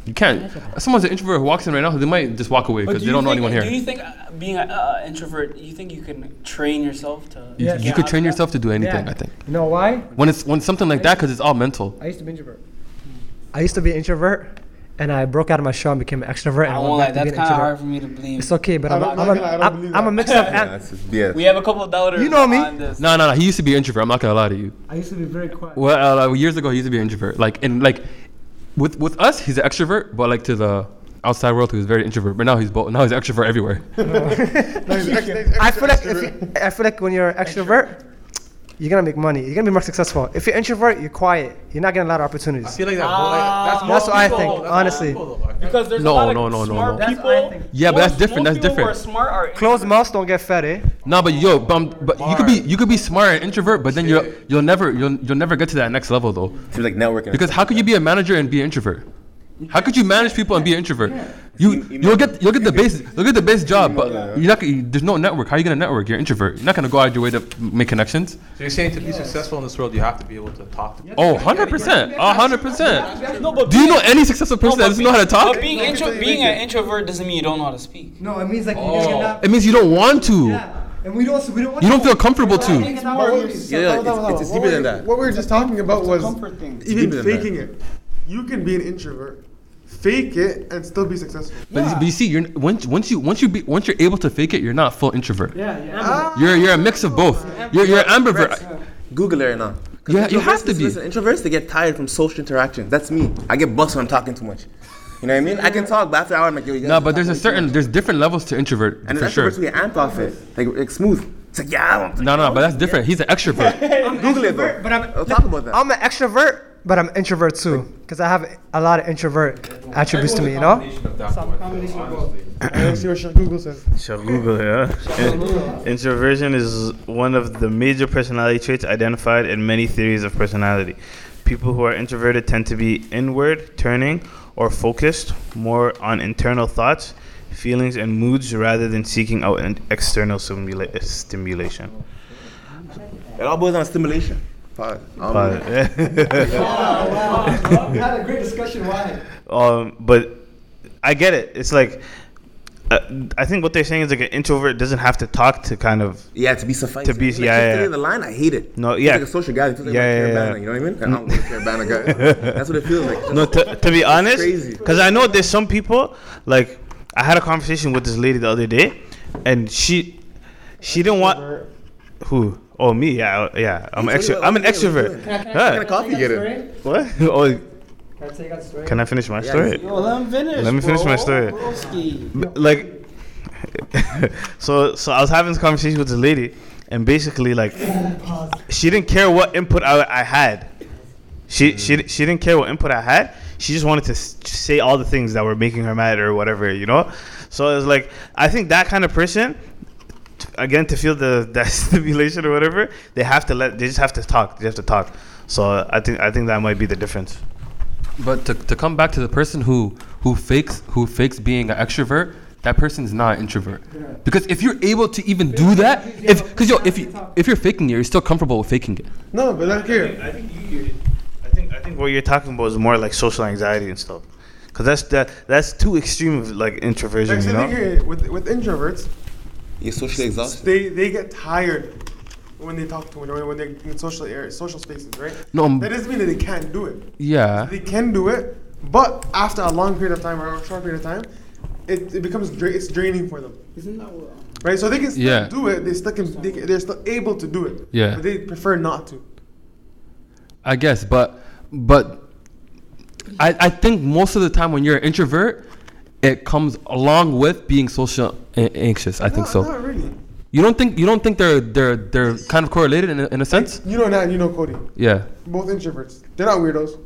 G: You can't. Someone's an introvert who walks in right now, they might just walk away
H: do
G: because they
H: you
G: don't know
H: think-
G: anyone here.
H: Do you think uh, being an uh, introvert, you think you can train yourself to?
G: You-
H: get
G: you could
H: out
G: train
H: of that?
G: yourself to do anything.
F: Yeah.
G: I think
F: You know why?
G: when it's when something like that because it's all mental.
F: I used to be introvert. I used to be an introvert, and I broke out of my shell and became an extrovert. And
H: I
F: I
H: won't
F: went
H: lie,
F: back to
H: that's
F: being an
H: kind of hard
F: introvert.
H: for me to believe.
F: It's okay, but I'm,
D: I
F: I'm,
D: don't- I'm
F: a-
D: not gonna- I don't
F: I'm-
D: believe
F: I'm a
D: that.
F: mix of.
B: Yeah,
F: an-
B: that's just BS.
H: We have a couple of doubters.
F: You know me.
H: On this.
G: No, no, no. He used to be an introvert. I'm not gonna lie to you.
F: I used to be very quiet.
G: Well, uh, like, years ago, he used to be an introvert. Like and like, with with us, he's an extrovert, but like to the outside world, he was very introvert. But now he's both. Now he's an extrovert everywhere.
F: I feel like if you, I feel like when you're an extrovert, you're gonna make money. You're gonna be more successful. If you're introvert, you're quiet. You're not getting a lot of
E: I
F: opportunities.
E: feel like that. whole-
H: Ah.
E: that's more
F: That's what I
E: people,
F: think,
E: that's more
F: honestly.
E: people, though, I think.
H: Because there's
G: No,
H: a lot
G: no,
H: of
G: no, no,
H: smart
G: no.
F: That's
H: people.
F: what I think.
G: Yeah, but
H: Most-
G: that's different,
H: most
G: that's
H: people who are
G: different.
H: smart are
F: Closed mouths don't get fed, eh?
G: No, but yo, but, I'm- but you could be you could be smart and introvert, but then you'll you'll never you'll you'll never get to that next level though.
B: Seems like networking.
G: Because how could you be a manager and be an introvert? How could you manage people and be an introvert? You
B: You- you
G: you'll
B: know-
G: get you'll get the base you'll get the base job, but
B: that.
G: you're not gonna- there's no network. How are you gonna network? You're an introvert. You're not gonna go out your way to make connections.
E: So you're saying to be successful in this world, you have to be able to talk to people.
G: Oh, 100 percent, hundred percent.
H: No, but
G: Do you know any successful person that doesn't know how to talk?
H: But being, intro- being an introvert doesn't mean you don't know how to speak.
F: No, it means like you're
E: Oh.
F: not.
G: It means you don't want to.
F: and we don't. We don't.
G: You don't feel comfortable to.
D: It's
B: Yeah, yeah, it's, it's, it's deeper than that.
D: What we were just talking about was
H: Comfort thing.
D: even
B: deeper than that.
D: faking it. You can be an introvert, fake it, and still be successful.
G: But, you- but you see, you're once once you once you be, once you're able to fake it, you're not full introvert.
H: Yeah, yeah.
G: You're you're a mix of both. You're you're an ambivert.
B: Google it right now. 'Cause
G: You ha- you have
B: introverts-
G: to be.
B: Listen, introverts they get tired from social interactions. That's me. I get buzzed when I'm talking too much. You know what I mean? I can talk, but after an hour, I'm like, yo, you guys
G: No,
B: are
G: but there's a
B: talking too
G: certain
B: much.
G: there's different levels to introvert
B: and
G: for
B: then
G: sure.
B: extroverts we amp off it, like, like smooth. It's like, yeah, I want to
G: No, no, but that's different. He's an extrovert.
B: Google it though.
F: But I'm,
B: I'll talk about that.
F: I'm an extrovert, but I'm an introvert too, because I have a lot of introvert attributes to me. You know.
D: Let's see what Google says.
A: Shall Google, yeah. In- Introversion is one of the major personality traits identified in many theories of personality. People who are introverted tend to be inward turning or focused more on internal thoughts, feelings, and moods rather than seeking out an external stimula- stimulation.
B: It all boils down to stimulation. Pause. Um,
A: But,
F: We had a great discussion. Why?
A: um, but I get it. It's like, uh, I think what they're saying is like an introvert doesn't have to talk to kind of
B: Yeah, to be suffice.
A: To be-
B: like,
A: yeah, yeah,
B: to
A: yeah.
B: The line, I hate it.
A: No,
B: It's
A: yeah.
B: like a social guy. It feels like
A: Yeah,
B: yeah,
A: yeah, yeah.
B: You know what I mean? And I don't want a Carabana guy. That's what it feels like.
A: No, to, to be honest,
B: crazy.
A: because I know there's some people like I had a conversation with this lady the other day, and she she didn't want who oh me yeah I- yeah I'm an
B: Hey, tell
A: extrovert
B: you
A: I'm an
B: what, what are you
A: extrovert
B: doing? What kind
A: Huh.
B: of coffee you getting?
A: what
F: Can
A: oh
F: I tell you guys a story?
A: can I finish my
B: Yeah,
A: story
H: let me finish.
A: Let me finish my story. B- like so so I was having this conversation with this lady and basically like she didn't care what input I, I had she she she didn't care what input I had she just wanted to s- say all the things that were making her mad or whatever you know so it's like I think that kind of person t- again to feel the that stimulation or whatever they have to let they just have to talk they have to talk so I think I think that might be the difference
G: But to, to come back to the person who who fakes who fakes being an extrovert, that person's not an introvert. Because if you're able to even do that, if because yo, if you if you're faking it, you're still comfortable with faking it.
D: No, but not here.
A: I think you, I think I think what you're talking about is more like social anxiety and stuff, because that's that that's too extreme of like introversion,
D: Like, so
A: you
D: the thing
A: know.
D: here with with introverts,
B: You're socially exhausted.
D: they they get tired when they talk to when when they're in social areas, social spaces, right?
G: No, um,
D: That doesn't mean that they can't do it.
G: Yeah.
D: They can do it, but after a long period of time or a short period of time, it, it becomes dra- it's draining for them. Isn't
F: um,
D: that right? So they can still
G: Yeah.
D: do it. They still can. They can, they're still able to do it.
G: Yeah.
D: But they prefer not to.
G: I guess, but but I, I think most of the time when you're an introvert, it comes along with being social and anxious. I think
D: No,
G: so.
D: Not really.
G: You don't think you don't think they're they're they're kind of correlated in a, in a sense?
D: You know Nat and you know Cody.
G: Yeah.
D: Both introverts. They're not weirdos.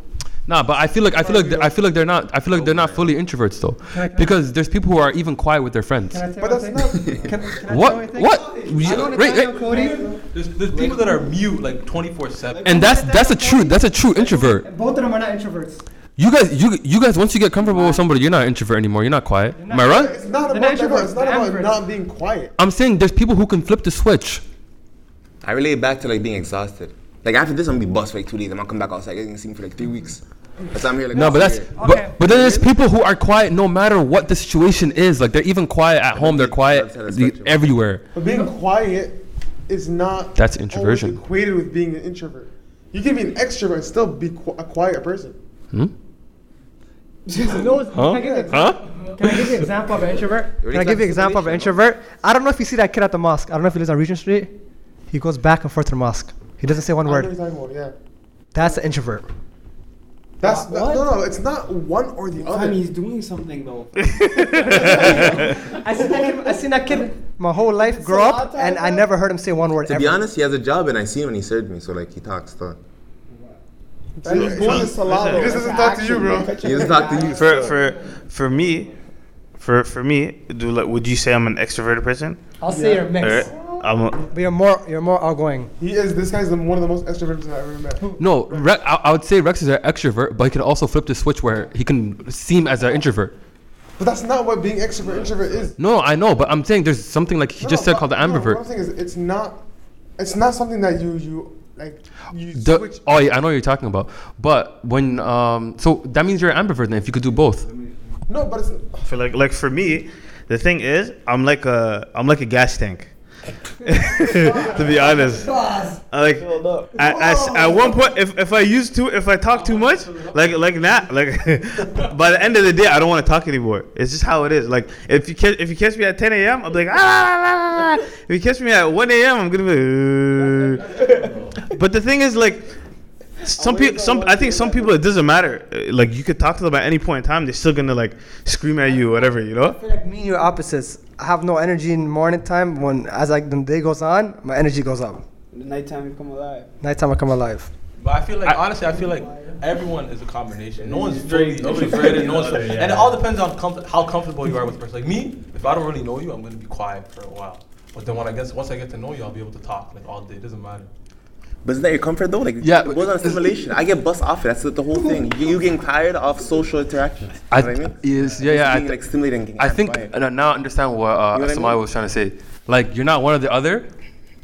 G: Nah, but I feel like I feel like th- I feel like they're not I feel like they're not fully introverts though, because there's people who are even quiet with their friends.
D: But that's not.
G: What what? You- right, right.
F: Cody.
E: There's, there's people that are mute like 24 seven.
G: And that's that's a true that's a true introvert.
F: Both of them are not introverts.
G: You guys you you guys once you get comfortable with somebody, you're not an introvert anymore. You're not quiet. Am I right?
D: It's not
F: They're not
D: about. that,
F: introverts,
D: It's not
F: they're ambiverts.
D: about not being quiet.
G: I'm saying there's people who can flip the switch.
B: I relate it back to like being exhausted. Like after this, I'm gonna be bust for like two days. I'm gonna come back outside. You can see me for like three weeks. That's why I'm here. Like,
G: No, but that's
H: Okay.
G: but, but then there's people who are quiet no matter what the situation is. Like they're even quiet at home. They're quiet
B: Outside of
G: the-
B: spectrum.
G: everywhere.
D: But being quiet is not
G: That's
D: always
G: introversion.
D: equated with being an introvert. You can be an extrovert and still be qu- a quiet person.
G: Hmm?
D: no,
G: Huh? Huh?
F: Can I give you an example of an introvert?
B: Really
F: Can I give you an
B: classification,
F: example of an
B: no?
F: introvert? I don't know if you see that kid at the mosque. I don't know if he lives on Regent Street. He goes back and forth to the mosque. He doesn't say one
D: I know what
F: word.
D: you're talking about, yeah.
F: That's an introvert.
D: That's
H: What?
D: no, no. It's not one or the
H: I mean,
D: other.
H: he's doing something though.
F: I seen that kid, I seen that kid my whole life grow up, and I never heard him say one word
B: To
F: ever.
B: be honest, he has a job, and I see him and he served me, so like he talks. So.
D: And he's going to Salado. He just doesn't talk to you, bro.
B: He doesn't talk to you.
A: For for for me, for for me, do like, would you say I'm an extroverted person?
F: I'll say you're mixed,
A: Or I'm a,
F: but you're more you're more outgoing.
D: He is. This guy's the, one of the most extroverted people I've ever met.
G: No, Re- I, I would say Rex is an extrovert, but he can also flip the switch where he can seem as an introvert.
D: But that's not what being extrovert introvert is.
G: No, I know, but I'm saying there's something like he
D: No,
G: just
D: no,
G: said called the
D: no, What I'm
G: ambivert.
D: saying is, it's not. It's not something that you you like. You
G: The-
D: switch.
G: oh, yeah, I know what you're talking about. But when um, so that means you're an ambivert then if you could do both.
D: No, but it's.
A: for like like for me, the thing is, I'm like a I'm like a gas tank. to be honest, I like I- I s- at one point, if, if I use too, if I talk too much, like like that, like by the end of the day, I don't want to talk anymore. It's just how it is. Like if you catch if you catch me at 10 a.m., I'm like ah. la, la, la, la." If you catch me at 1 a.m., I'm gonna be. "Uh." But the thing is, like some people some i think some people it doesn't matter Uh, like you could talk to them at any point in time they're still gonna like scream at you whatever you know
F: Like me and your opposites. I have no energy in morning time. When as like the day goes on, my energy goes up.
H: The nighttime you come alive.
F: Nighttime I come alive.
E: But I feel like honestly, I feel like everyone is a combination. No one's fully, nobody's ready, no one's fully, and it all depends on comf- how comfortable you are with the person. Like me, if I don't really know you, I'm gonna be quiet for a while. But then when I guess once I get to know you, I'll be able to talk like all day. It doesn't matter.
B: But isn't that your comfort though? Like,
G: Yeah,
B: yeah, it goes on assimilation. I get bust off it. That's the whole thing. You, you getting tired of social interactions. You
G: I,
B: know what I mean?
G: yes, yeah, yeah.
B: Just
G: I
B: being,
G: th-
B: like stimulating. getting
G: I think
B: hyped by it.
G: and I now understand what uh,
B: know what I
G: Samaya
B: mean?
G: was trying to say. Like you're not one or the other.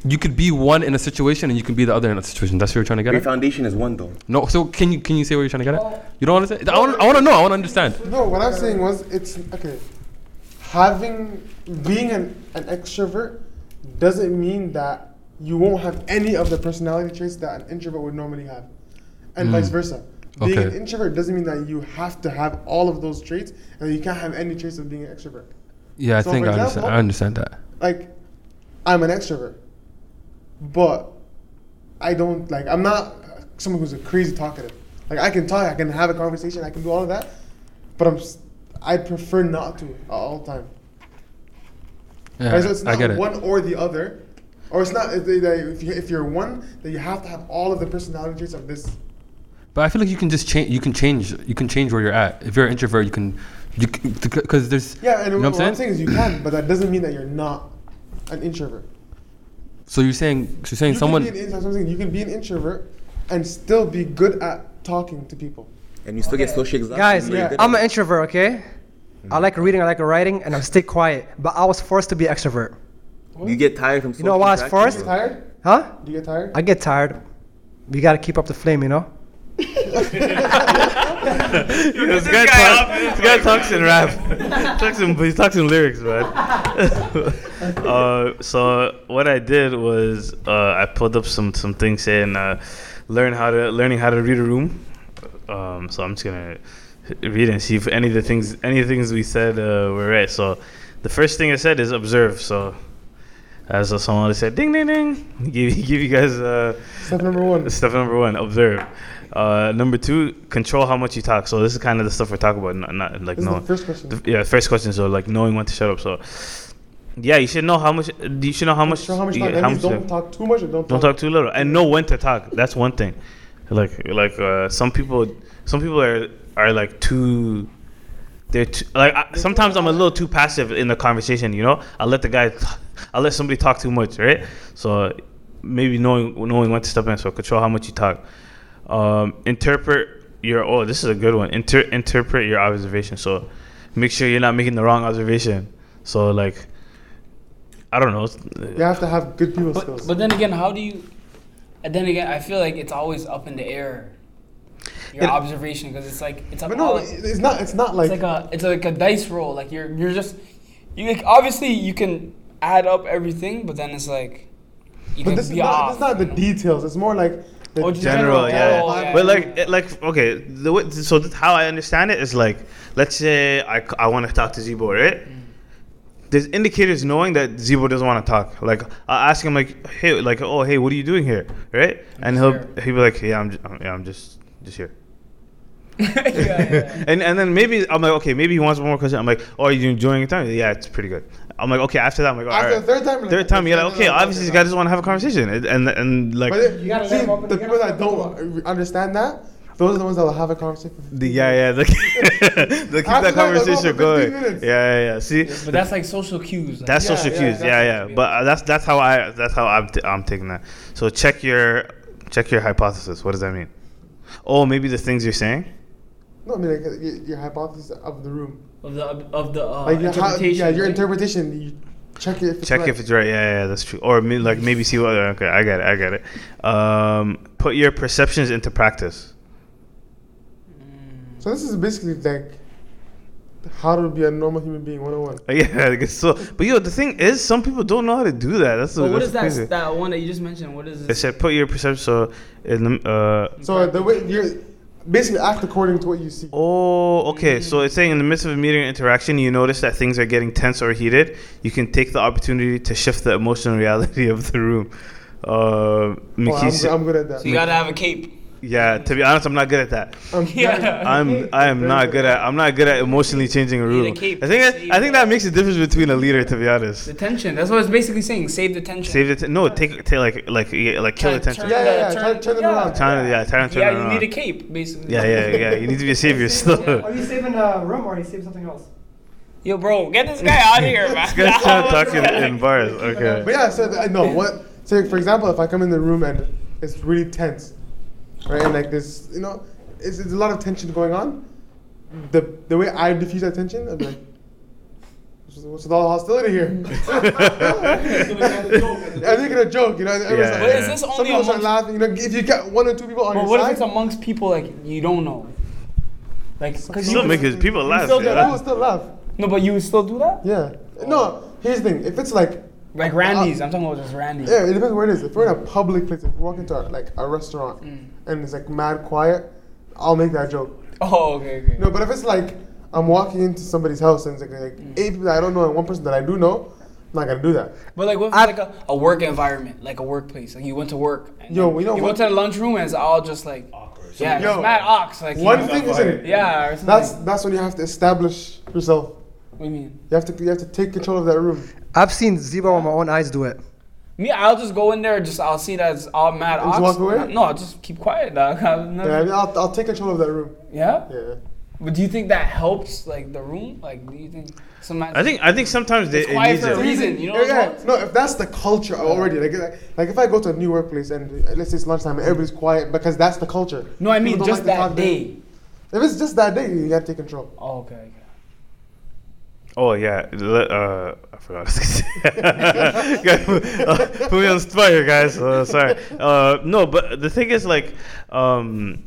G: You could be one in a situation and you can be the other in a situation. That's what you're trying to get
B: your
G: at.
B: foundation is one though.
G: No, so can you can you say what you're trying to get at? You don't want to say. I want I want to know. I want to understand.
D: No, what I'm saying was it's okay. Having being an, an extrovert doesn't mean that you won't have any of the personality traits that an introvert would normally have, and vice versa. Being an
G: Hmm. Okay.
D: introvert doesn't mean that you have to have all of those traits, and you can't have any traits of being an extrovert.
G: Yeah, I
D: So,
G: think
D: for
G: I understand.
D: example-
G: I understand that.
D: Like, I'm an extrovert, but I don't like. I'm not someone who's a crazy talkative. Like, I can talk, I can have a conversation, I can do all of that, but I'm. s- I prefer not to at all time.
G: Yeah,
D: Right, so it's
G: I
D: not
G: get it.
D: one or the other, or it's not if, they, that if, you, if you're one that you have to have all of the personality traits of this.
G: But I feel like you can just change. You can change. You can change where you're at. If you're an introvert, you can, you because there's
D: Yeah, and
G: You know
D: what, I'm saying is you can, but that doesn't mean that you're not an introvert.
G: So you're saying so you're saying
D: you
G: someone.
D: can be an, in- that's what I'm saying, you can be an introvert and still be good at talking to people.
B: And you still get social exhaustion.
F: Guys,
B: even though you're good
F: I'm
B: at
F: an
B: it.
F: introvert. Okay. I like reading, I like writing, and I stay quiet. But I was forced to be extrovert.
B: You get tired from.
F: You
B: Social
F: know why I was
B: interactions,
F: forced?
B: though.
D: Tired?
F: Huh?
D: Do you get tired?
F: I get tired. You gotta keep up the flame, you know.
A: this guy, talks, this guy talks in rap talks in, he talks in lyrics man uh, so what i did was uh, i pulled up some some things saying uh, learn how to learning how to read a room um, so i'm just gonna read and see if any of the things any of the things we said uh, were right so the first thing i said is observe so as someone said ding ding ding give, give you guys uh,
D: Step number one.
A: Step number one, observe. Uh, number two, control how much you talk. So this is kind of the stuff we're talking about. Not, not like
D: This is
A: no.
D: the first question.
A: the- yeah, first question. So like knowing when to shut up. So yeah, you should know how much. You should know how much.
D: Show how much
A: yeah,
D: talk. That means
A: much-
D: don't talk too much or don't,
A: don't talk too little, and know when to talk. That's one thing. Like like uh, some people, some people are are like too. They're too, like I, sometimes I'm a little too passive in the conversation. You know, I let the guy, I let somebody talk too much, right? So maybe knowing knowing when to step in, so control how much you talk. Um, interpret your oh, this is a good one. Inter, interpret your observation. So make sure you're not making the wrong observation. So like, I don't know.
D: You have to have good people skills.
H: But, but then again, how do you? And then again, I feel like it's always up in the air. your observation because it's like it's a
D: But no,
H: odd-
D: it's not. It's not like.
H: it's like a it's like a dice roll. Like you're you're just you like obviously you can add up everything, but then it's like you
D: but
H: can
D: this is
H: be
D: not.
H: off.
D: This is not the
H: you know?
D: details. It's more like. The
H: Oh, just
A: general, yeah.
H: Oh,
A: But like, it- like okay, the way, so that how I understand it is like, let's say I, c- I want to talk to Zibo, right? There's indicators knowing that Zibo doesn't want to talk. Like I ask him like, hey, like oh hey, what are you doing here, right? and he'll he'll be like, yeah, I'm j- I'm- yeah, I'm just just here.
H: yeah, yeah, yeah.
A: and and then maybe I'm like, okay, maybe he wants one more question. I'm like, oh, are you enjoying your time? Yeah, it's pretty good. I'm like, okay. After that, I'm like, all
D: After the
A: right.
D: third time.
A: Third time, you're like, okay, obviously this guy doesn't want to have a conversation, and and, and like,
D: But it, you
H: gotta
D: see,
H: let him open-
D: the
H: you
D: people
H: gotta
D: that don't understand that, those are the ones that will have a conversation.
A: The, yeah, yeah. They, they keep
D: After
A: that
D: that, they'll go
A: conversation
D: for 15
A: going. Yeah,
D: minutes.
A: yeah, yeah. See,
H: But that's like social cues. Like,
A: that's
D: yeah,
A: social
D: yeah,
A: cues. Yeah, yeah.
H: yeah.
A: But uh, that's that's how I that's how I'm t- I'm taking that. So check your check your hypothesis. What does that mean? Oh, maybe the things you're saying.
D: No, I mean like uh, your, your hypothesis of the room,
H: of the of the uh,
D: like your how,
H: interpretation.
D: yeah, your
H: right?
D: interpretation. You check it. If it's
A: Check
D: right.
A: if it's right. Yeah, yeah, that's true. Or maybe, like maybe see what. Okay, I got it. I got it. Um, put your perceptions into practice.
D: So this is basically like how to be a normal human being 101.
A: Yeah, I guess so. But yo, the thing is, some people don't know how to do that. That's
H: But what
A: that's
H: is that
A: crazy.
H: that one that you just mentioned? What is
A: It
H: it?
A: said put your perception. So, in, the- uh,
D: So the way you're basically act according to what you see.
A: Oh, okay.
D: Mm.
A: So it's saying in the midst of a meeting or interaction, you notice that things are getting tense or heated. You can take the opportunity to shift the emotional reality of the room. Uh,
D: Oh, I'm,
A: Mikisi,
D: good- I'm good at that.
H: So you gotta have a cape.
A: yeah. To be honest, I'm not good at that.
D: I'm
H: Yeah.
A: I'm I am not good at I'm not good at emotionally changing a
H: Need a
A: room. I think
H: cape.
A: that, I think that makes a difference between a leader, to be
H: The
A: honest.
H: tension. That's what it's basically saying. Save the tension.
A: Save the t- no, take take like like yeah, like kill the
H: Turn-
A: tension.
H: turn
D: Yeah, yeah,
H: the-
D: yeah, turn- turn it around.
A: Turn it- yeah, turn- turn
H: yeah,
A: it
H: you
A: around.
H: need a cape, basically.
A: Yeah, yeah, yeah. You need to be a savior still.
F: Are you saving a room or are you saving something else?
H: Yo, bro, get this guy out of here, man.
A: Guys, trying to talk in, in bars. Okay.
D: But yeah, so I know what. So for example, if I come in the room and it's really tense, right, and like this, you know, it's, it's a lot of tension going on. The the way I diffuse that tension, I'm like, what's what's with all the hostility here? I'm making a joke, you know. and everyone's
A: Yeah,
D: like-
H: But is
A: yeah.
H: this
D: Some
H: only
D: people start
H: amongst?
D: laughing. You know, if you get one or two people on
H: But
D: your
H: what if
D: side,
H: it's amongst people like you don't know? Like, cause you
A: Still make his people
D: you
A: laugh.
D: still
A: yeah.
D: get, people still laugh.
H: no, but you would still do that?
D: Yeah. No, here's the thing. If it's like,
H: Like Randy's, I'm talking about just Randy.
D: Uh, yeah, it depends where it is. If we're in a public place, if we walk into a, like a restaurant and it's like mad quiet, I'll make that joke.
H: Oh, okay, okay.
D: No, but if it's like I'm walking into somebody's house and it's like, like eight people that I don't know and one person that I do know, I'm not gonna do that.
H: But like, what if it's like a, a work environment, like a workplace? Like you went to work. And
D: Yo,
H: then
D: we don't
H: You
D: want-
H: went to the lunchroom and it's all just like awkward. Yeah,
D: Yo,
H: it's mad ox. Like
D: One
H: you know,
D: thing is in it.
H: Yeah, or something.
D: That's that's when you have to establish yourself.
H: what do you mean.
D: You have to you have to take control of that room.
F: I've seen Ziba with my own eyes do it.
H: Me, I'll just go in there. Just I'll see that it's all mad
D: And just walk
H: ox.
D: away?
H: No, I'll just keep quiet. Dog. I'll
D: Yeah, I
H: never-
D: mean, I'll, I'll take control of that room.
H: yeah.
D: Yeah.
H: But do you think that helps like the room? Like, do you think sometimes?
A: I think I think sometimes they,
H: It's
A: it
H: quiet
A: needs
H: for a
A: it.
H: reason. you know
D: Yeah,
H: what I'm
D: yeah. No, if that's the culture already, like, like, like if I go to a new workplace and uh, let's say it's lunchtime and everybody's quiet because that's the culture.
H: No, I mean
D: People don't
H: just
D: like to
H: that
D: talk to-
H: day.
D: If it's just that day, you gotta take control.
H: Oh, okay, okay.
A: Oh yeah, Le- uh, I forgot. what I was gonna say. Guys, uh, Put me on fire, guys. Uh, sorry. Uh, no, but the thing is, like, um,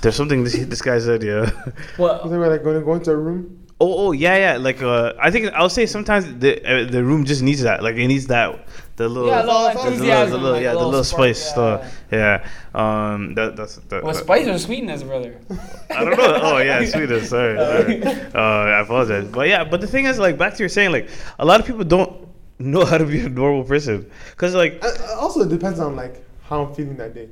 A: there's something this this guy said. Yeah.
H: Well,
D: Something where like going go into a room.
A: Oh, oh yeah, yeah. Like, uh, I think I'll say sometimes the uh, the room just needs that. Like, it needs that the little.
H: yeah, a little
D: It's
A: the
D: all-
A: little,
H: enthusiasm,
A: the little,
H: like,
A: yeah,
H: a
A: the little
H: spark,
A: spice,
H: yeah.
A: the yeah. Um, that, that's that,
H: Well,
A: that-
H: spice or sweetness, brother.
A: I don't know. Oh yeah, Sweden. Sorry, sorry. Uh, I apologize. But yeah, but the thing is, like, back to your saying, like, a lot of people don't know how to be a normal person, cause like,
D: Uh, uh, also, it depends on like how I'm feeling that day.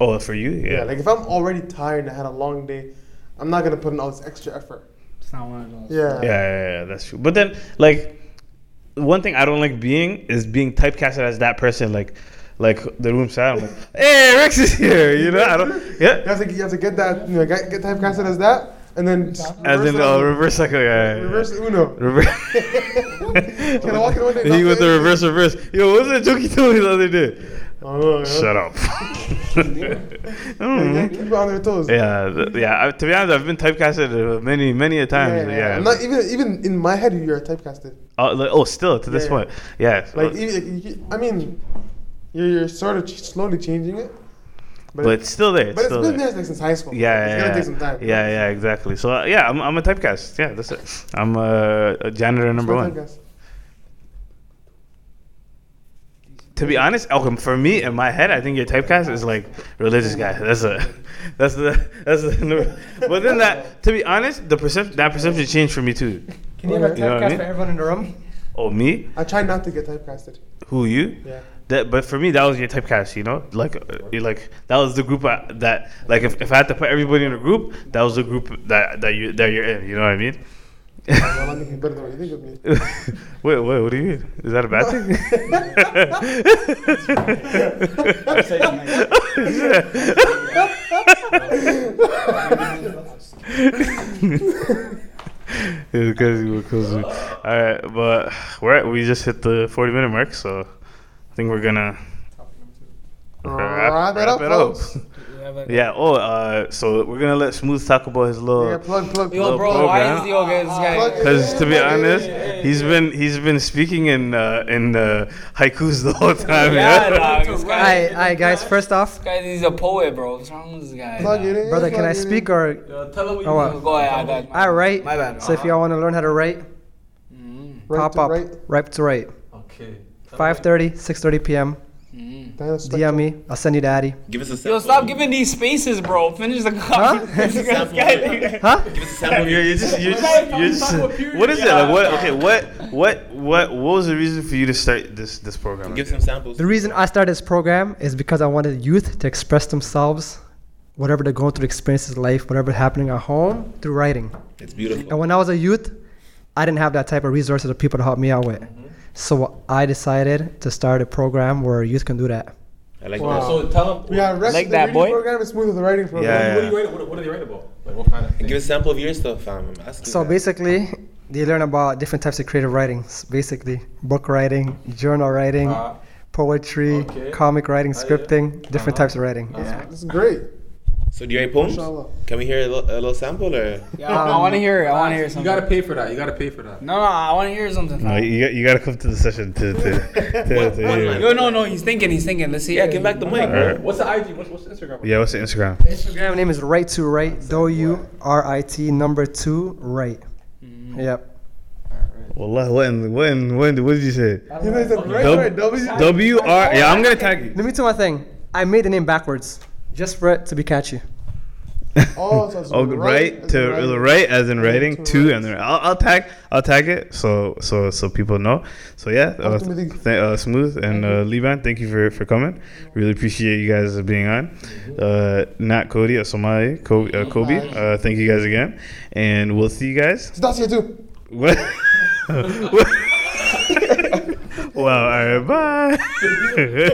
A: oh, for you, yeah,
D: Yeah. Like if I'm already tired and I had a long day, I'm not gonna put in all this extra effort.
H: It's not one of those.
A: yeah,
D: Yeah.
A: yeah, yeah, that's true. But then, like, one thing I don't like being is being typecasted as that person, like. Like the room sound, like, hey, Rex is here, you know. I don't,
D: You
A: yeah.
D: have to you have to get that you know get, get typecasted as that and then s-
A: As in,
D: reverse
A: uh,
D: it.
A: reverse cycle, yeah, yeah, yeah.
D: reverse Uno.
A: Reverse.
D: Can I walk in one day?
A: he
D: Not
A: with the
D: there.
A: reverse, reverse. Yo, what's that joke you told me the other day?
D: Oh, yeah.
A: Shut up.
D: Yeah, yeah,
A: Mm.
D: keep it on their toes.
A: yeah, th- yeah. I, to be honest, I've been typecasted uh, many, many a times. Yeah.
D: I'm Not even even in my head, you're typecasted.
A: Uh, like, oh, still to this
D: Yeah. e-
A: point. Yeah. so-
D: Like, even- I mean, you're, you're sort of ch- slowly changing it.
A: but, it's still there. It's
D: But it's
A: still
D: been
A: there.
D: there like, since high school.
A: Yeah,
D: it's
A: yeah,
D: gonna
A: yeah.
D: take some time.
A: yeah, yeah, exactly. So uh, yeah, I'm, I'm a typecast. Yeah, that's it. I'm uh, a janitor number
D: Sometimes,
A: one.
D: guys.
A: To be honest, okay, for me in my head, I think your typecast is like religious guy. That's a, that's the that's the. But then that, to be honest, the perception that perception changed for me too.
F: Can you have a
A: You know what I
F: typecast
A: mean?
F: for everyone in the room?
A: Oh me,
D: I try not to get typecasted.
A: who you?
D: Yeah.
A: That, but for me, that was your typecast. You know, like uh, you like that was the group I, that like if, if I had to put everybody in a group, that was the group that that you that you're in. You know what I mean?
D: Well, I'm making better than what you think of me.
A: wait, wait, what do you mean? Is that a bad thing? Because you were close. All right, but we're at, we just hit the forty minute mark, so I think we're gonna
D: Wrap it up, folks.
A: Yeah. Oh, uh, so we're gonna let Smooth talk about his little.
D: Yeah, plug, plug.
A: Yo,
D: plug.
A: bro, why is the
H: old guy this
D: Plug.
A: Because to be honest, he's been he's been speaking in uh, in uh, haikus the whole time.
H: Yeah,
A: Yeah,
H: dog. This
F: Aye,
H: guy,
F: aye, guys. First off,
H: guy, he's a poet, bro. What's wrong with this guy?
D: Plug it in.
F: brother, can I
D: plug it in.
F: speak or
E: Yo, tell him what
F: Oh,
E: you
F: what?
E: do.
H: Go ahead, I got.
F: I write?
H: My bad.
F: So if y'all want to learn how to write,
D: Right
F: pop
D: to
F: up,
D: right.
F: right to right.
E: Okay.
F: 5:30, 6:30 p.m.
D: Dinosaur.
F: DM me. I'll send you the addy.
B: Give us a sample.
H: Yo, stop giving these spaces, bro. Finish the conversation.
F: Huh?
B: Give us a sample.
A: You're, you're just, you're just, you're just what is it like? What okay? What what what what was the reason for you to start this this program?
B: Give some samples.
F: The reason I started this program is because I wanted youth to express themselves, whatever they're going through, experiences, life, whatever happening at home, through writing.
B: It's
F: And
B: beautiful.
F: when I was a youth, I didn't have that type of resources or people to help me out with.
B: Mm-hmm.
F: So I decided to start a program where youth can do that.
B: I like
D: Wow.
B: that.
E: So tell him.
D: We are rest
H: Like
D: like
H: that,
D: that, the
H: boy.
D: reading program is smooth with the writing program.
A: Yeah.
E: What do you write? What, what do they write about? Like what kind of thing?
B: Give us a sample of your stuff, fam. I'm asking
F: So
B: that.
F: basically, they learn about different types of creative writings. Basically, book writing, journal writing,
E: Uh,
F: poetry,
E: okay.
F: comic writing,
E: yeah.
F: scripting, different
E: Uh-huh.
F: types of writing. Yeah.
D: It's great.
B: So do you write poems?
D: Inshallah.
B: Can we hear a, lo- a little sample or?
H: I want to hear it. I want to hear
E: you
H: something.
E: gotta pay for that. You gotta pay for that.
H: no, no, I want to hear something.
A: No, you got- you gotta come to the session to to, to, to
B: one
A: hear.
B: line.
A: it.
H: Yo, no, no, he's thinking, he's thinking. Let's see.
B: Yeah, give back the mic,
A: Alright.
B: bro.
E: What's the IG? What's, what's the Instagram?
A: Yeah, what's the Instagram?
F: Instagram name is right to right. W U R I T number two right.
E: Mm-hmm.
F: Yep.
A: Wallah, when when when what did you say?
D: You know, it's a great
A: Dub-
D: word, W.
A: W R. Yeah, I'm gonna tag you.
F: Let me do my thing. I made the name backwards just for it to be catchy.
D: Oh, so it's
A: Oh,
D: right
A: right
D: as in
A: to
D: writing.
A: right, as in writing
D: to
A: two
D: right.
A: and then I'll, I'll tag I'll tag it so so so people know so yeah uh,
D: Ultimately.
A: th- uh, smooth and uh, Levan thank you for for coming really appreciate you guys being on uh, Nat Cody or Somali Kobe, uh, Kobe uh, thank you guys again and we'll see you guys
D: It's not here too.
A: what well all right bye.